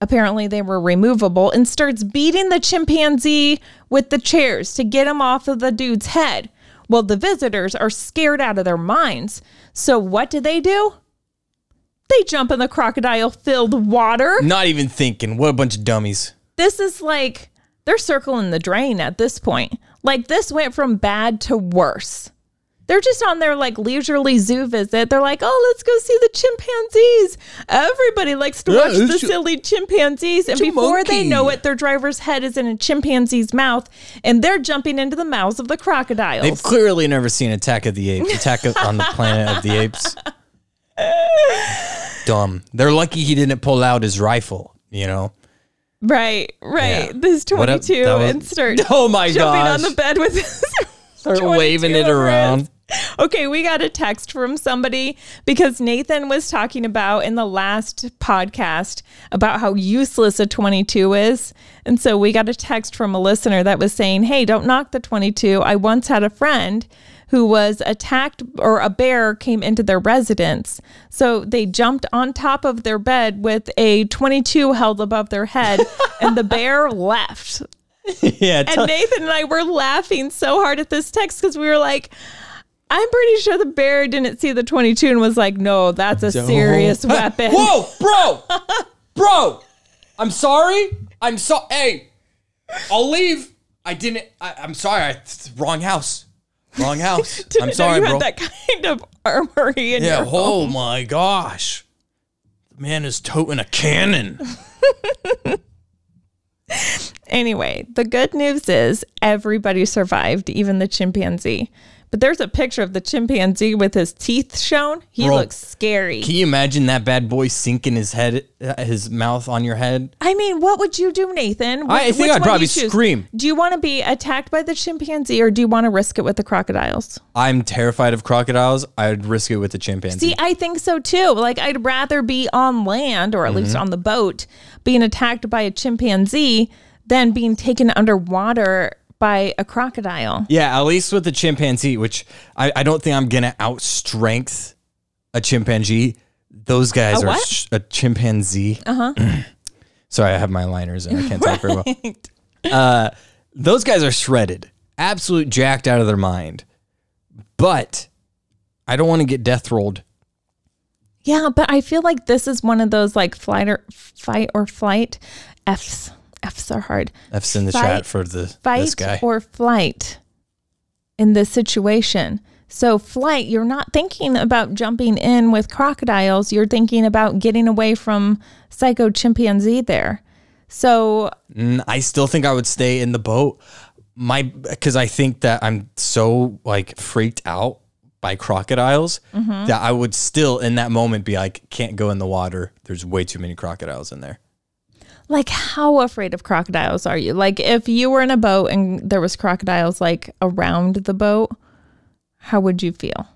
Apparently, they were removable and starts beating the chimpanzee with the chairs to get him off of the dude's head. Well, the visitors are scared out of their minds. So, what do they do? They jump in the crocodile filled water. Not even thinking. What a bunch of dummies. This is like they're circling the drain at this point. Like this went from bad to worse. They're just on their like leisurely zoo visit. They're like, oh, let's go see the chimpanzees. Everybody likes to Yeah, watch the it's a- silly chimpanzees. And a before they monkey. know it, their driver's head is in a chimpanzee's mouth and they're jumping into the mouths of the crocodiles. They've clearly never seen Attack of the Apes. Attack of, on the Planet of the Apes. Dumb. They're lucky he didn't pull out his rifle. You know. right, right. Yeah. This What a- 22 that was- and start Oh my jumping gosh. on the bed with his Start 22 waving it over around. us. Okay, we got a text from somebody because Nathan was talking about in the last podcast about how useless a 22 is. And so we got a text from a listener that was saying, Hey, don't knock the 22. I once had a friend who was attacked or a bear came into their residence. So they jumped on top of their bed with a 22 held above their head and the bear left Yeah. tell- and Nathan and I were laughing so hard at this text because we were like, I'm pretty sure the bear didn't see the 22 and was like, no, that's a serious Hey, weapon. Whoa, bro! bro! I'm sorry. I'm so. Hey, I'll leave. I didn't. I, I'm sorry. I, it's wrong house. Wrong house. Didn't I'm know sorry, you bro. had that kind of armory in yeah. your home. Oh my gosh. The man is toting a cannon. Anyway, the good news is everybody survived, even the chimpanzee. But there's a picture of the chimpanzee with his teeth shown. He Bro. looks scary. Can you imagine that bad boy sinking his head, uh, his mouth on your head? I mean, what would you do, Nathan? Wh- I think which I'd one do probably you choose? scream. Do you want to be attacked by the chimpanzee or do you want to risk it with the crocodiles? I'm terrified of crocodiles. I'd risk it with a chimpanzee. See, I think so too. Like, I'd rather be on land or at least Mm-hmm. on the boat being attacked by a chimpanzee than being taken underwater by a crocodile. Yeah, at least with the chimpanzee, which I, I don't think I'm gonna outstrength a chimpanzee. Those guys A are what? Uh-huh. sh- a chimpanzee. Uh huh. Sorry, I have my liners and I can't talk very well. Uh, those guys are shredded, absolute jacked out of their mind. But I don't want to get death rolled. Yeah, but I feel like this is one of those like flight or fight or flight F's. F's are hard. F's in the Fight- chat for the this Fight guy. or flight in this situation. So, flight, you're not thinking about jumping in with crocodiles. You're thinking about getting away from psycho chimpanzee there. So, I still think I would stay in the boat. My because I think that I'm so like freaked out by crocodiles Mm-hmm. that I would still in that moment be like, can't go in the water. There's way too many crocodiles in there. like, how afraid of crocodiles are you? Like, if you were in a boat and there was crocodiles like around the boat, how would you feel?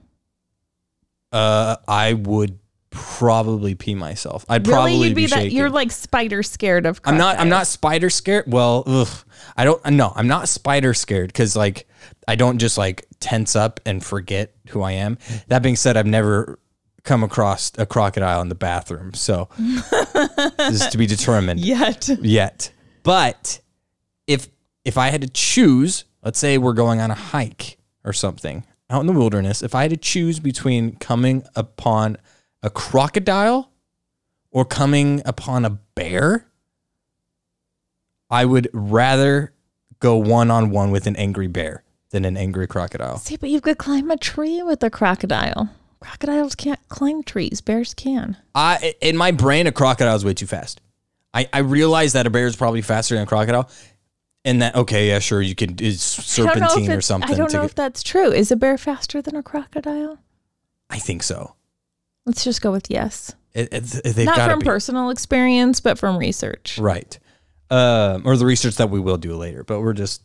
Uh, I would probably pee myself. I'd probably really, you'd be, be, that shaking. you're like spider scared of. I'm Crocodiles. not. I'm not spider scared. Well, ugh, I don't. No, I'm not spider scared because like I don't just like tense up and forget who I am. That being said, I've never come across a crocodile in the bathroom, so this is to be determined yet. yet. But if if I had to choose, let's say we're going on a hike or something out in the wilderness, if I had to choose between coming upon a crocodile or coming upon a bear, I would rather go one on one with an angry bear than an angry crocodile. See, but you could climb a tree with a crocodile. Crocodiles can't climb trees. Bears can. I in my brain a crocodile is way too fast. I, I realize that a bear is probably faster than a crocodile. And that okay, yeah, sure, you can it's I don't know if serpentine or it's- something I don't to know get- if that's true. Is a bear faster than a crocodile? I think so. Let's just go with yes. It, it's- they've Not got to from be personal experience, but from research. right, um, or the research that we will do later. But we're just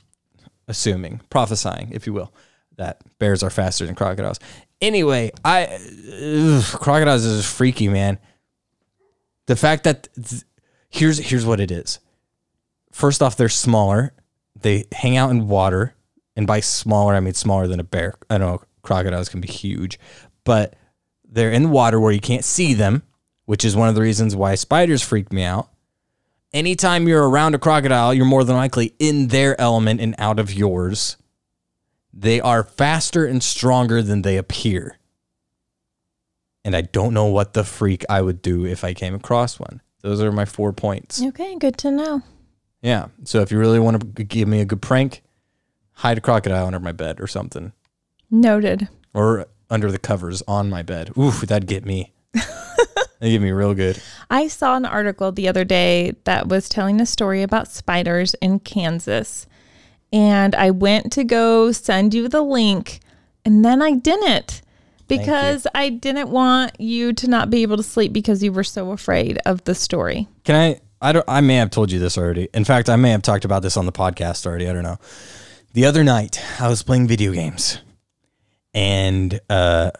assuming, prophesying, if you will, that bears are faster than crocodiles. Anyway, I ugh, crocodiles is freaky, man. The fact that th- here's here's what it is. First off, they're smaller. They hang out in water, and by smaller, I mean smaller than a bear. I know crocodiles can be huge, but they're in the water where you can't see them, which is one of the reasons why spiders freak me out. Anytime you're around a crocodile, you're more than likely in their element and out of yours. They are faster and stronger than they appear. And I don't know what the freak I would do if I came across one. Those are my four points. Okay, good to know. Yeah. So if you really want to give me a good prank, hide a crocodile under my bed or something, Noted. or under the covers on my bed. Oof, that'd get me. that'd get me real good. I saw an article the other day that was telling a story about spiders in Kansas. And I went to go send you the link, and then I didn't because I didn't want you to not be able to sleep because you were so afraid of the story. Can I? I don't. I may have told you this already. In fact, I may have talked about this on the podcast already. I don't know. The other night, I was playing video games, and uh,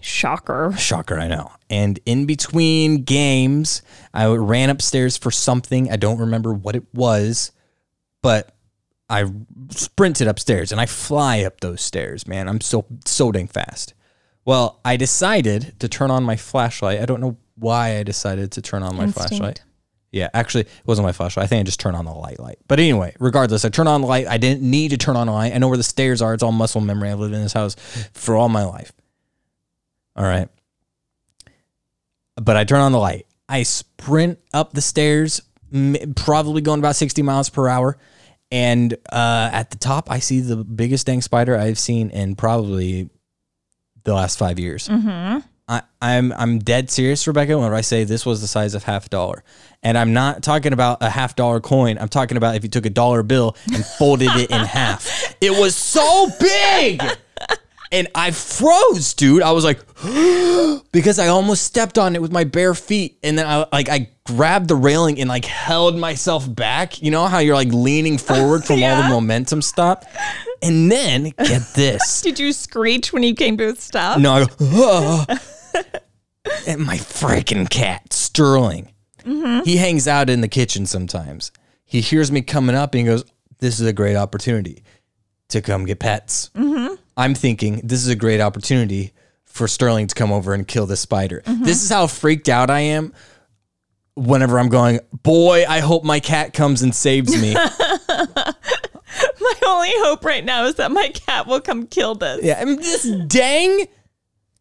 Shocker. shocker, I know. And in between games, I ran upstairs for something. I don't remember what it was, but I sprinted upstairs and I fly up those stairs, man. I'm so so dang fast. Well, I decided to turn on my flashlight. I don't know why I decided to turn on my Instinct. flashlight. Yeah, actually, it wasn't my flashlight. I think I just turned on the light light. But anyway, regardless, I turned on the light. I didn't need to turn on the light. I know where the stairs are. It's all muscle memory. I've lived in this house for all my life. All right. But I turn on the light. I sprint up the stairs, m- probably going about 60 miles per hour. And uh, at the top, I see the biggest dang spider I've seen in probably the last five years. I, I'm I'm dead serious, Rebecca. Whenever I say this was the size of half a dollar, and I'm not talking about a half dollar coin. I'm talking about if you took a dollar bill and folded it in half. It was so big, and I froze, dude. I was like, because I almost stepped on it with my bare feet, and then I like I grabbed the railing and like held myself back. You know how you're like leaning forward from all the momentum stop, and then get this. Did you screech when you came to a stop? No, I go, "Ugh." and my freaking cat, Sterling. He hangs out in the kitchen sometimes. He hears me coming up and he goes, This is a great opportunity to come get pets. I'm thinking, This is a great opportunity for Sterling to come over and kill this spider. This is how freaked out I am whenever I'm going, Boy, I hope my cat comes and saves me. My only hope right now is that my cat will come kill this. Yeah, and this dang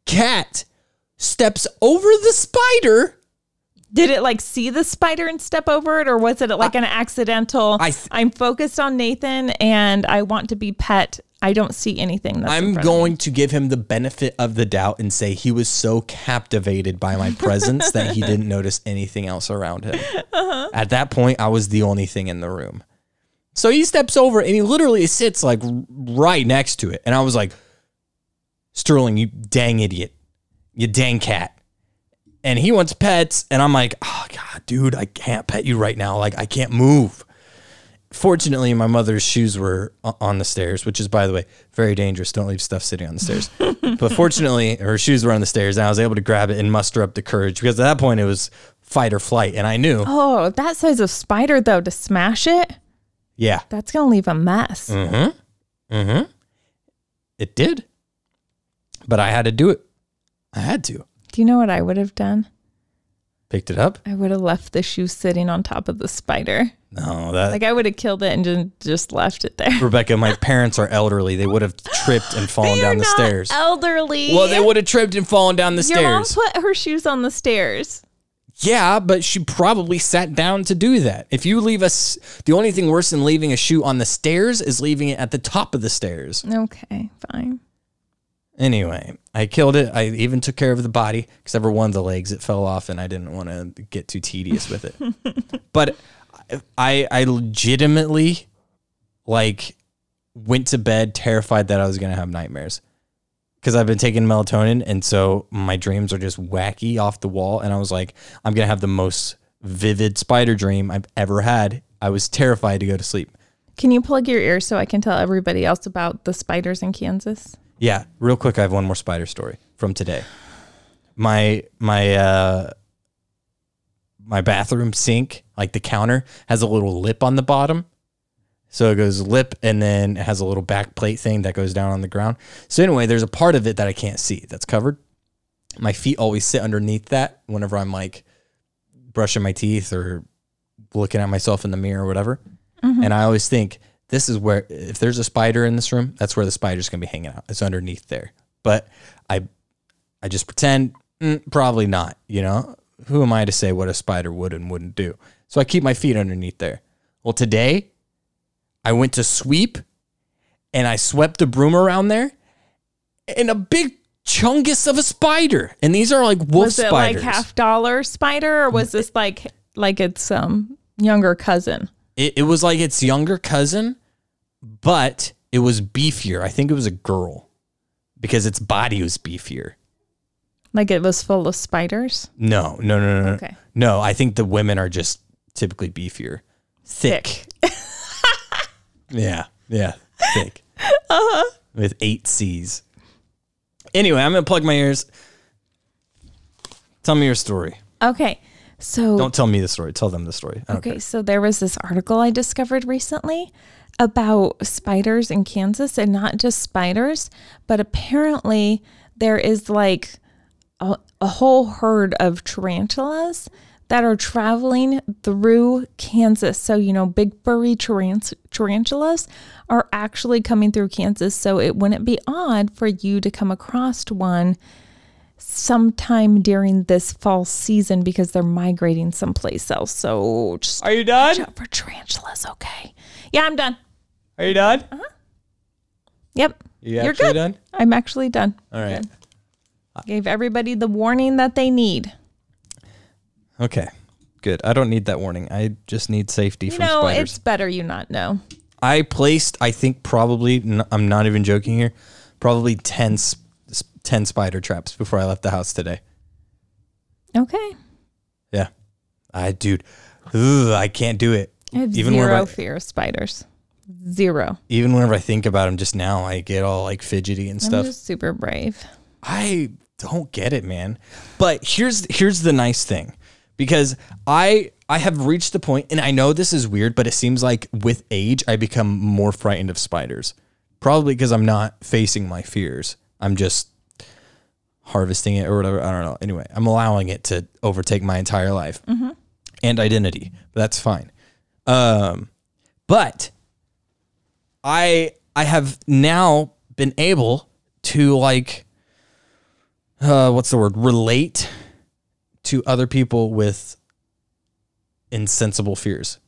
cat steps over the spider. Did it like see the spider and step over it, or was it like an accidental? I th- I'm focused on Nathan and I want to be pet I don't see anything that's in I'm front of me. going to give him the benefit of the doubt and say he was so captivated by my presence that he didn't notice anything else around him. At that point, I was the only thing in the room. So he steps over and he literally sits like right next to it. And I was like, Sterling, you dang idiot. You dang cat. And he wants pets. And I'm like, oh, God, dude, I can't pet you right now. Like, I can't move fortunately my mother's shoes were o- on the stairs which is by the way very dangerous don't leave stuff sitting on the stairs but fortunately her shoes were on the stairs and i was able to grab it and muster up the courage because at that point it was fight or flight and i knew Oh, that size of spider though to smash it, yeah that's gonna leave a mess. Mm. it did but i had to do it i had to Do you know what I would have done? picked it up I would have left the shoe sitting on top of the spider. no that Like I would have killed it and ju- just left it there. rebecca my parents are elderly they would have tripped and fallen down the stairs elderly. well they would have tripped and fallen down the Your mom stairs put her shoes on the stairs. Yeah, but she probably sat down to do that. If you leave us, the only thing worse than leaving a shoe on the stairs is leaving it at the top of the stairs. Okay, fine. Anyway, I killed it. I even took care of the body, except for one of the legs. It fell off, and I didn't want to get too tedious with it. but I, I legitimately, like, went to bed terrified that I was going to have nightmares because I've been taking melatonin, and so my dreams are just wacky off the wall. And I was like, I'm gonna have the most vivid spider dream I've ever had. I was terrified to go to sleep. Can you plug your ears so I can tell everybody else about the spiders in Kansas? Yeah, real quick, I have one more spider story from today. My my uh my bathroom sink, like the counter, has a little lip on the bottom. So it goes lip and then it has a little back plate thing that goes down on the ground. So anyway, there's a part of it that I can't see that's covered. My feet always sit underneath that whenever I'm like brushing my teeth or looking at myself in the mirror or whatever. And I always think this is where if there's a spider in this room, that's where the spider's gonna be hanging out. It's underneath there. But I I just pretend mm, probably not, you know? Who am I to say what a spider would and wouldn't do? So I keep my feet underneath there. Well, today I went to sweep and I swept the broom around there and a big chungus of a spider. And these are like wolf was it spiders. like half dollar spider or was this like like its um younger cousin? It, it was like its younger cousin, but it was beefier. I think it was a girl because its body was beefier. Like it was full of spiders? No, no, no, no. no. Okay. No, I think the women are just typically beefier. Thick. yeah. Yeah. Thick. uh-huh. With eight C's. Anyway, I'm going to plug my ears. Tell me your story. Okay. So Don't tell me the story. Tell them the story. I don't Okay, so there was this article I discovered recently about spiders in Kansas and not just spiders, but apparently there is like a, a whole herd of tarantulas that are traveling through Kansas. So, you know, big furry tarant- tarantulas are actually coming through Kansas. So, it wouldn't be odd for you to come across one sometime during this fall season because they're migrating someplace else. So, just Are you done? up for tarantulas, okay? Yeah, I'm done. Are you done? Yep. You actually are Uh-huh. good. done? Uh, I'm actually done. All right. Gave everybody the warning that they need. Okay. Good. I don't need that warning. I just need safety You from know, spiders. it's better you not know. I placed, I think probably, n- I'm not even joking here, probably 10, sp- s- 10 spider traps before I left the house today. Okay. Yeah. I, dude, ugh, I can't do it. I have Even whenever zero I, fear of spiders. Zero. even whenever I think about them just now, I get all like fidgety and I'm stuff. just super brave. I don't get it, man. But here's here's the nice thing. Because I I have reached the point and I know this is weird, but it seems like with age I become more frightened of spiders. Probably because I'm not facing my fears. I'm just harvesting it or whatever. I don't know. Anyway, I'm allowing it to overtake my entire life Mm-hmm. and identity. But that's fine. Um but I I have now been able to like uh, what's the word relate to other people with insensible fears.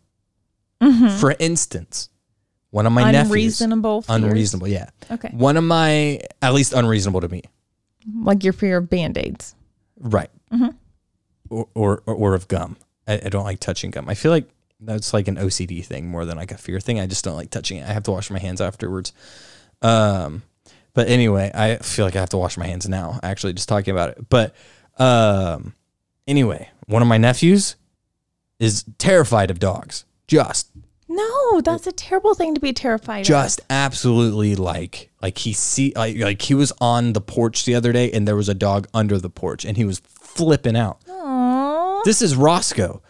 For instance, One of my Mm-hmm. Unreasonable nephews. fears. Unreasonable, yeah. Okay. One of my, at least unreasonable to me. Like your fear of band aids. Right. Or, or or of gum. I, I don't like touching gum. I feel like that's like an OCD thing more than like a fear thing. I just don't like touching it. I have to wash my hands afterwards. Um, but anyway, I feel like I have to wash my hands now. Actually, just talking about it. But um, anyway, one of my nephews is terrified of dogs. Just No, that's a terrible thing to be terrified of. just absolutely like like he see like, like he was on the porch the other day and there was a dog under the porch and he was flipping out. Aww. This is Roscoe.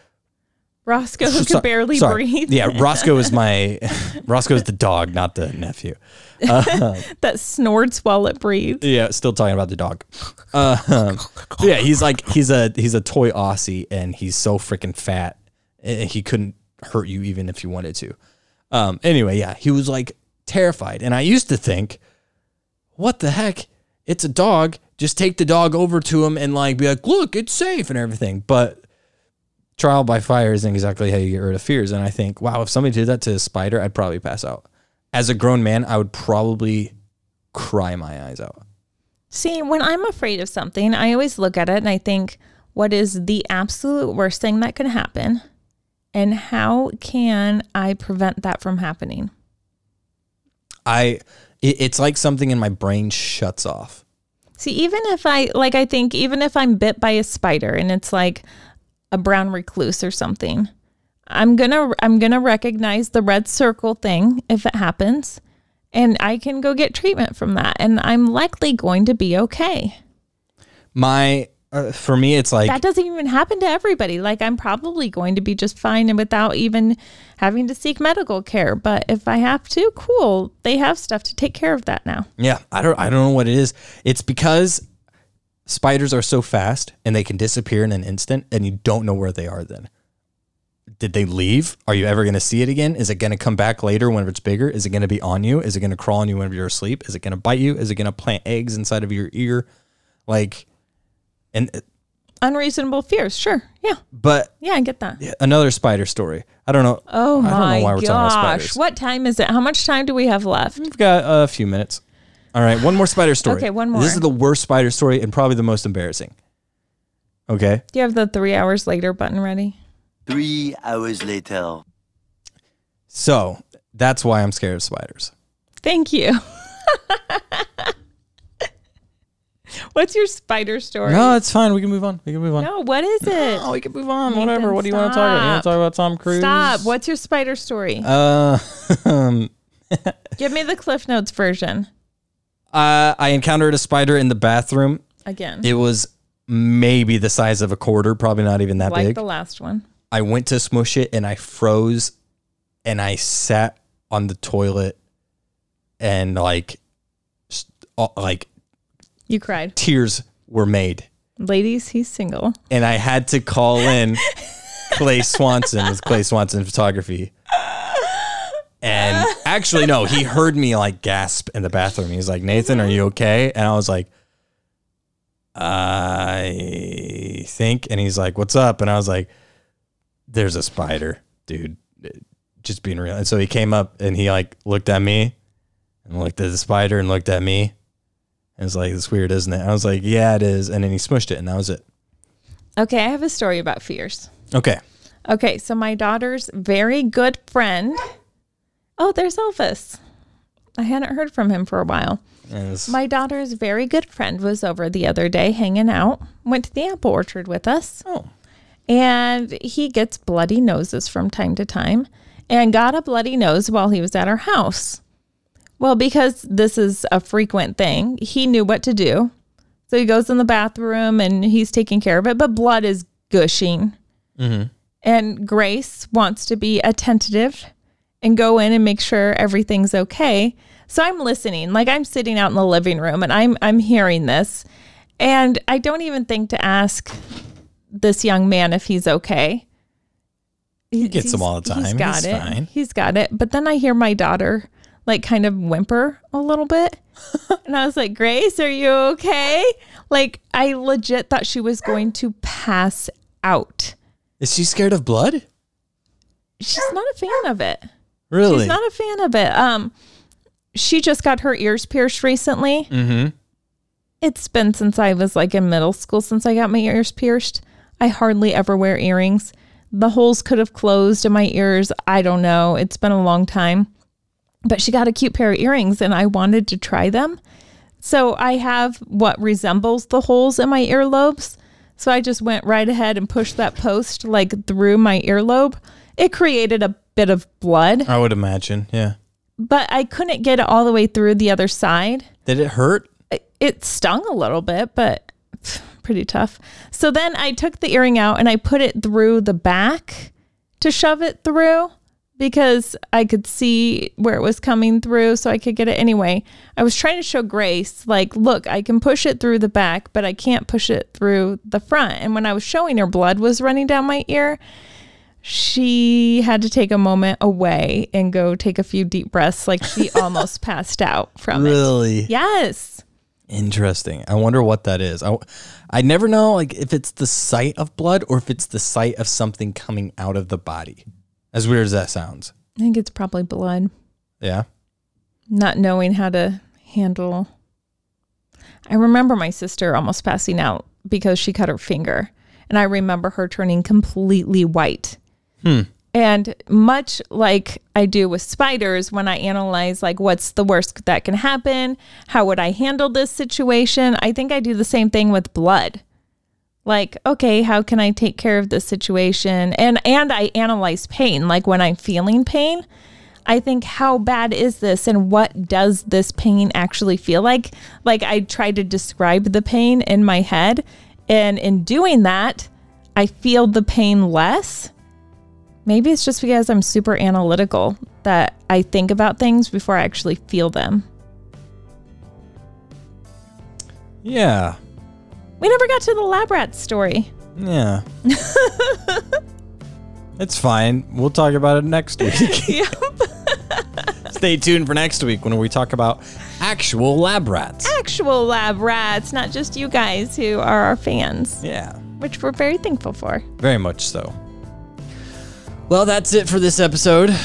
Roscoe who So- could barely sorry. breathe. Yeah, Roscoe is my Roscoe is the dog, not the nephew. That snorts while it breathes. Yeah, still talking about the dog. Uh, um, yeah, he's like he's a he's a toy Aussie, and he's so freaking fat, eh, he couldn't hurt you even if you wanted to. Um, anyway, yeah, he was like terrified, and I used to think, what the heck? It's a dog. Just take the dog over to him and like be like, look, it's safe and everything. But trial by fire isn't exactly how you get rid of fears. And I think, wow, if somebody did that to a spider, I'd probably pass out. As a grown man, I would probably cry my eyes out. See, when I'm afraid of something, I always look at it and I think, what is the absolute worst thing that can happen? And how can I prevent that from happening? I it, it's like something in my brain shuts off. See, even if I, like, I think even if I'm bit by a spider and it's like a brown recluse or something, I'm going to, I'm going to recognize the red circle thing if it happens. And I can go get treatment from that. And I'm likely going to be okay. My uh, for me it's like that doesn't even happen to everybody. Like I'm probably going to be just fine and without even having to seek medical care. But if I have to, cool. They have stuff to take care of that now. yeah, I don't I don't know what it is. It's because spiders are so fast and they can disappear in an instant and you don't know where they are then. Did they leave? Are you ever going to see it again? Is it going to come back later whenever it's bigger? Is it going to be on you? Is it going to crawl on you whenever you're asleep? Is it going to bite you? Is it going to plant eggs inside of your ear? Like and Unreasonable fears, sure. Yeah. but Yeah, I get that. another spider story. I don't know. I Oh don't know my why we're talking about gosh. spiders. Mm. What time is it? How much time do we have left? We've got a few minutes. All right, one more spider story. Okay, one more. This is the worst spider story and probably the most embarrassing. Okay. Do you have the three hours later button ready? Three hours later. So that's why I'm scared of spiders. Thank you. What's your spider story? No, it's fine. We can move on. We can move on. No, what is it? Oh, we can move on. Nathan, Whatever. What do you want to talk about? You want to stop. talk about Tom Cruise? Stop. What's your spider story? Uh, um, Give me the Cliff Notes version I, I encountered a spider in the bathroom. again. It was maybe the size of a quarter, probably not even that like big. the last one. I went to smush it and I froze and I sat on the toilet and like s- uh, like You cried. tears were made Ladies, he's single. and I had to call in Clay Swanson with Clay Swanson photography. And actually no, he heard me like gasp in the bathroom. He's like, "Nathan, are you okay?" And I was like, I think. And he's like, What's up? And I was like, There's a spider, dude. Just being real. And so he came up and he like looked at me and looked at the spider and looked at me. And it's like, It's weird, isn't it? I was like, Yeah, it is. And then he smushed it and that was it. Okay, I have a story about fears. Okay. Okay, so my daughter's very good friend. Oh, there's Elvis. I hadn't heard from him for a while. And it's- My daughter's very good friend was over the other day hanging out, went to the apple orchard with us. oh. and he gets bloody noses from time to time and got a bloody nose while he was at our house. Well, because this is a frequent thing, he knew what to do. So he goes in the bathroom and he's taking care of it, but blood is gushing. And Grace wants to be attentive and go in and make sure everything's okay. So I'm listening, like I'm sitting out in the living room and I'm I'm hearing this. And I don't even think to ask this young man if he's okay. He gets them all the He's time. got He's it. fine. He's got it. But then I hear my daughter like kind of whimper a little bit. and I was like, Grace, are you okay? Like I legit thought she was going to pass out. Is she scared of blood? She's not a fan of it. Really? She's not a fan of it. Um, she just got her ears pierced recently. Mm-hmm. It's been since I was like in middle school since I got my ears pierced. I hardly ever wear earrings. The holes could have closed in my ears. I don't know. It's been a long time. But she got a cute pair of earrings and I wanted to try them. So I have what resembles the holes in my earlobes. So I just went right ahead and pushed that post like through my earlobe. It created a bit of blood I would imagine. Yeah. but I couldn't get it all the way through the other side. Did it hurt? It stung a little bit, but pretty tough. So then I took the earring out and I put it through the back to shove it through because I could see where it was coming through so I could get it anyway. I was trying to show Grace, like, look, I can push it through the back, but I can't push it through the front. And when I was showing her, blood was running down my ear. She had to take a moment away and go take a few deep breaths, like she almost passed out from it. Really? Yes. Interesting. I wonder what that is. I, I never know like if it's the sight of blood or if it's the sight of something coming out of the body. As weird as that sounds. I think it's probably blood. Yeah. not knowing how to handle. I remember my sister almost passing out because she cut her finger, and I remember her turning completely white. And much like I do with spiders, when I analyze like what's the worst that can happen, how would I handle this situation? I think I do the same thing with blood. Like, okay, how can I take care of this situation? And and I analyze pain, like when I'm feeling pain, I think, how bad is this and what does this pain actually feel like? Like, I try to describe the pain in my head. And in doing that, I feel the pain less. Maybe it's just because I'm super analytical that I think about things before I actually feel them. Yeah. We never got to the lab rat story. Yeah. it's fine. We'll talk about it next week. Yep. Stay tuned for next week when we talk about actual lab rats. Actual lab rats, not just you guys who are our fans, Yeah. which we're very thankful for. Very much so. Well, that's it for this episode.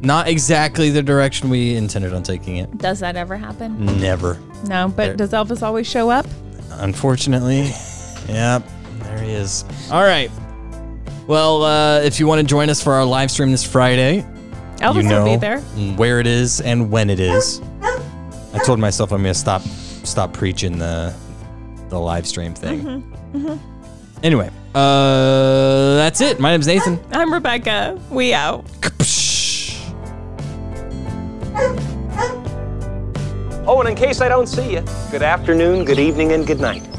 Not exactly the direction we intended on taking it. Does that ever happen? Never. No, but does Elvis always show up? Unfortunately. yep. There he is. All right. Well, uh, if you want to join us for our live stream this Friday, you Elvis know will be there. where it is and when it is. I told myself I'm gonna stop stop preaching the the live stream thing. Mm-hmm. Anyway, uh, that's it. My name's Nathan. I'm Rebecca. We out. Oh, and in case I don't see you, good afternoon, good evening, and good night.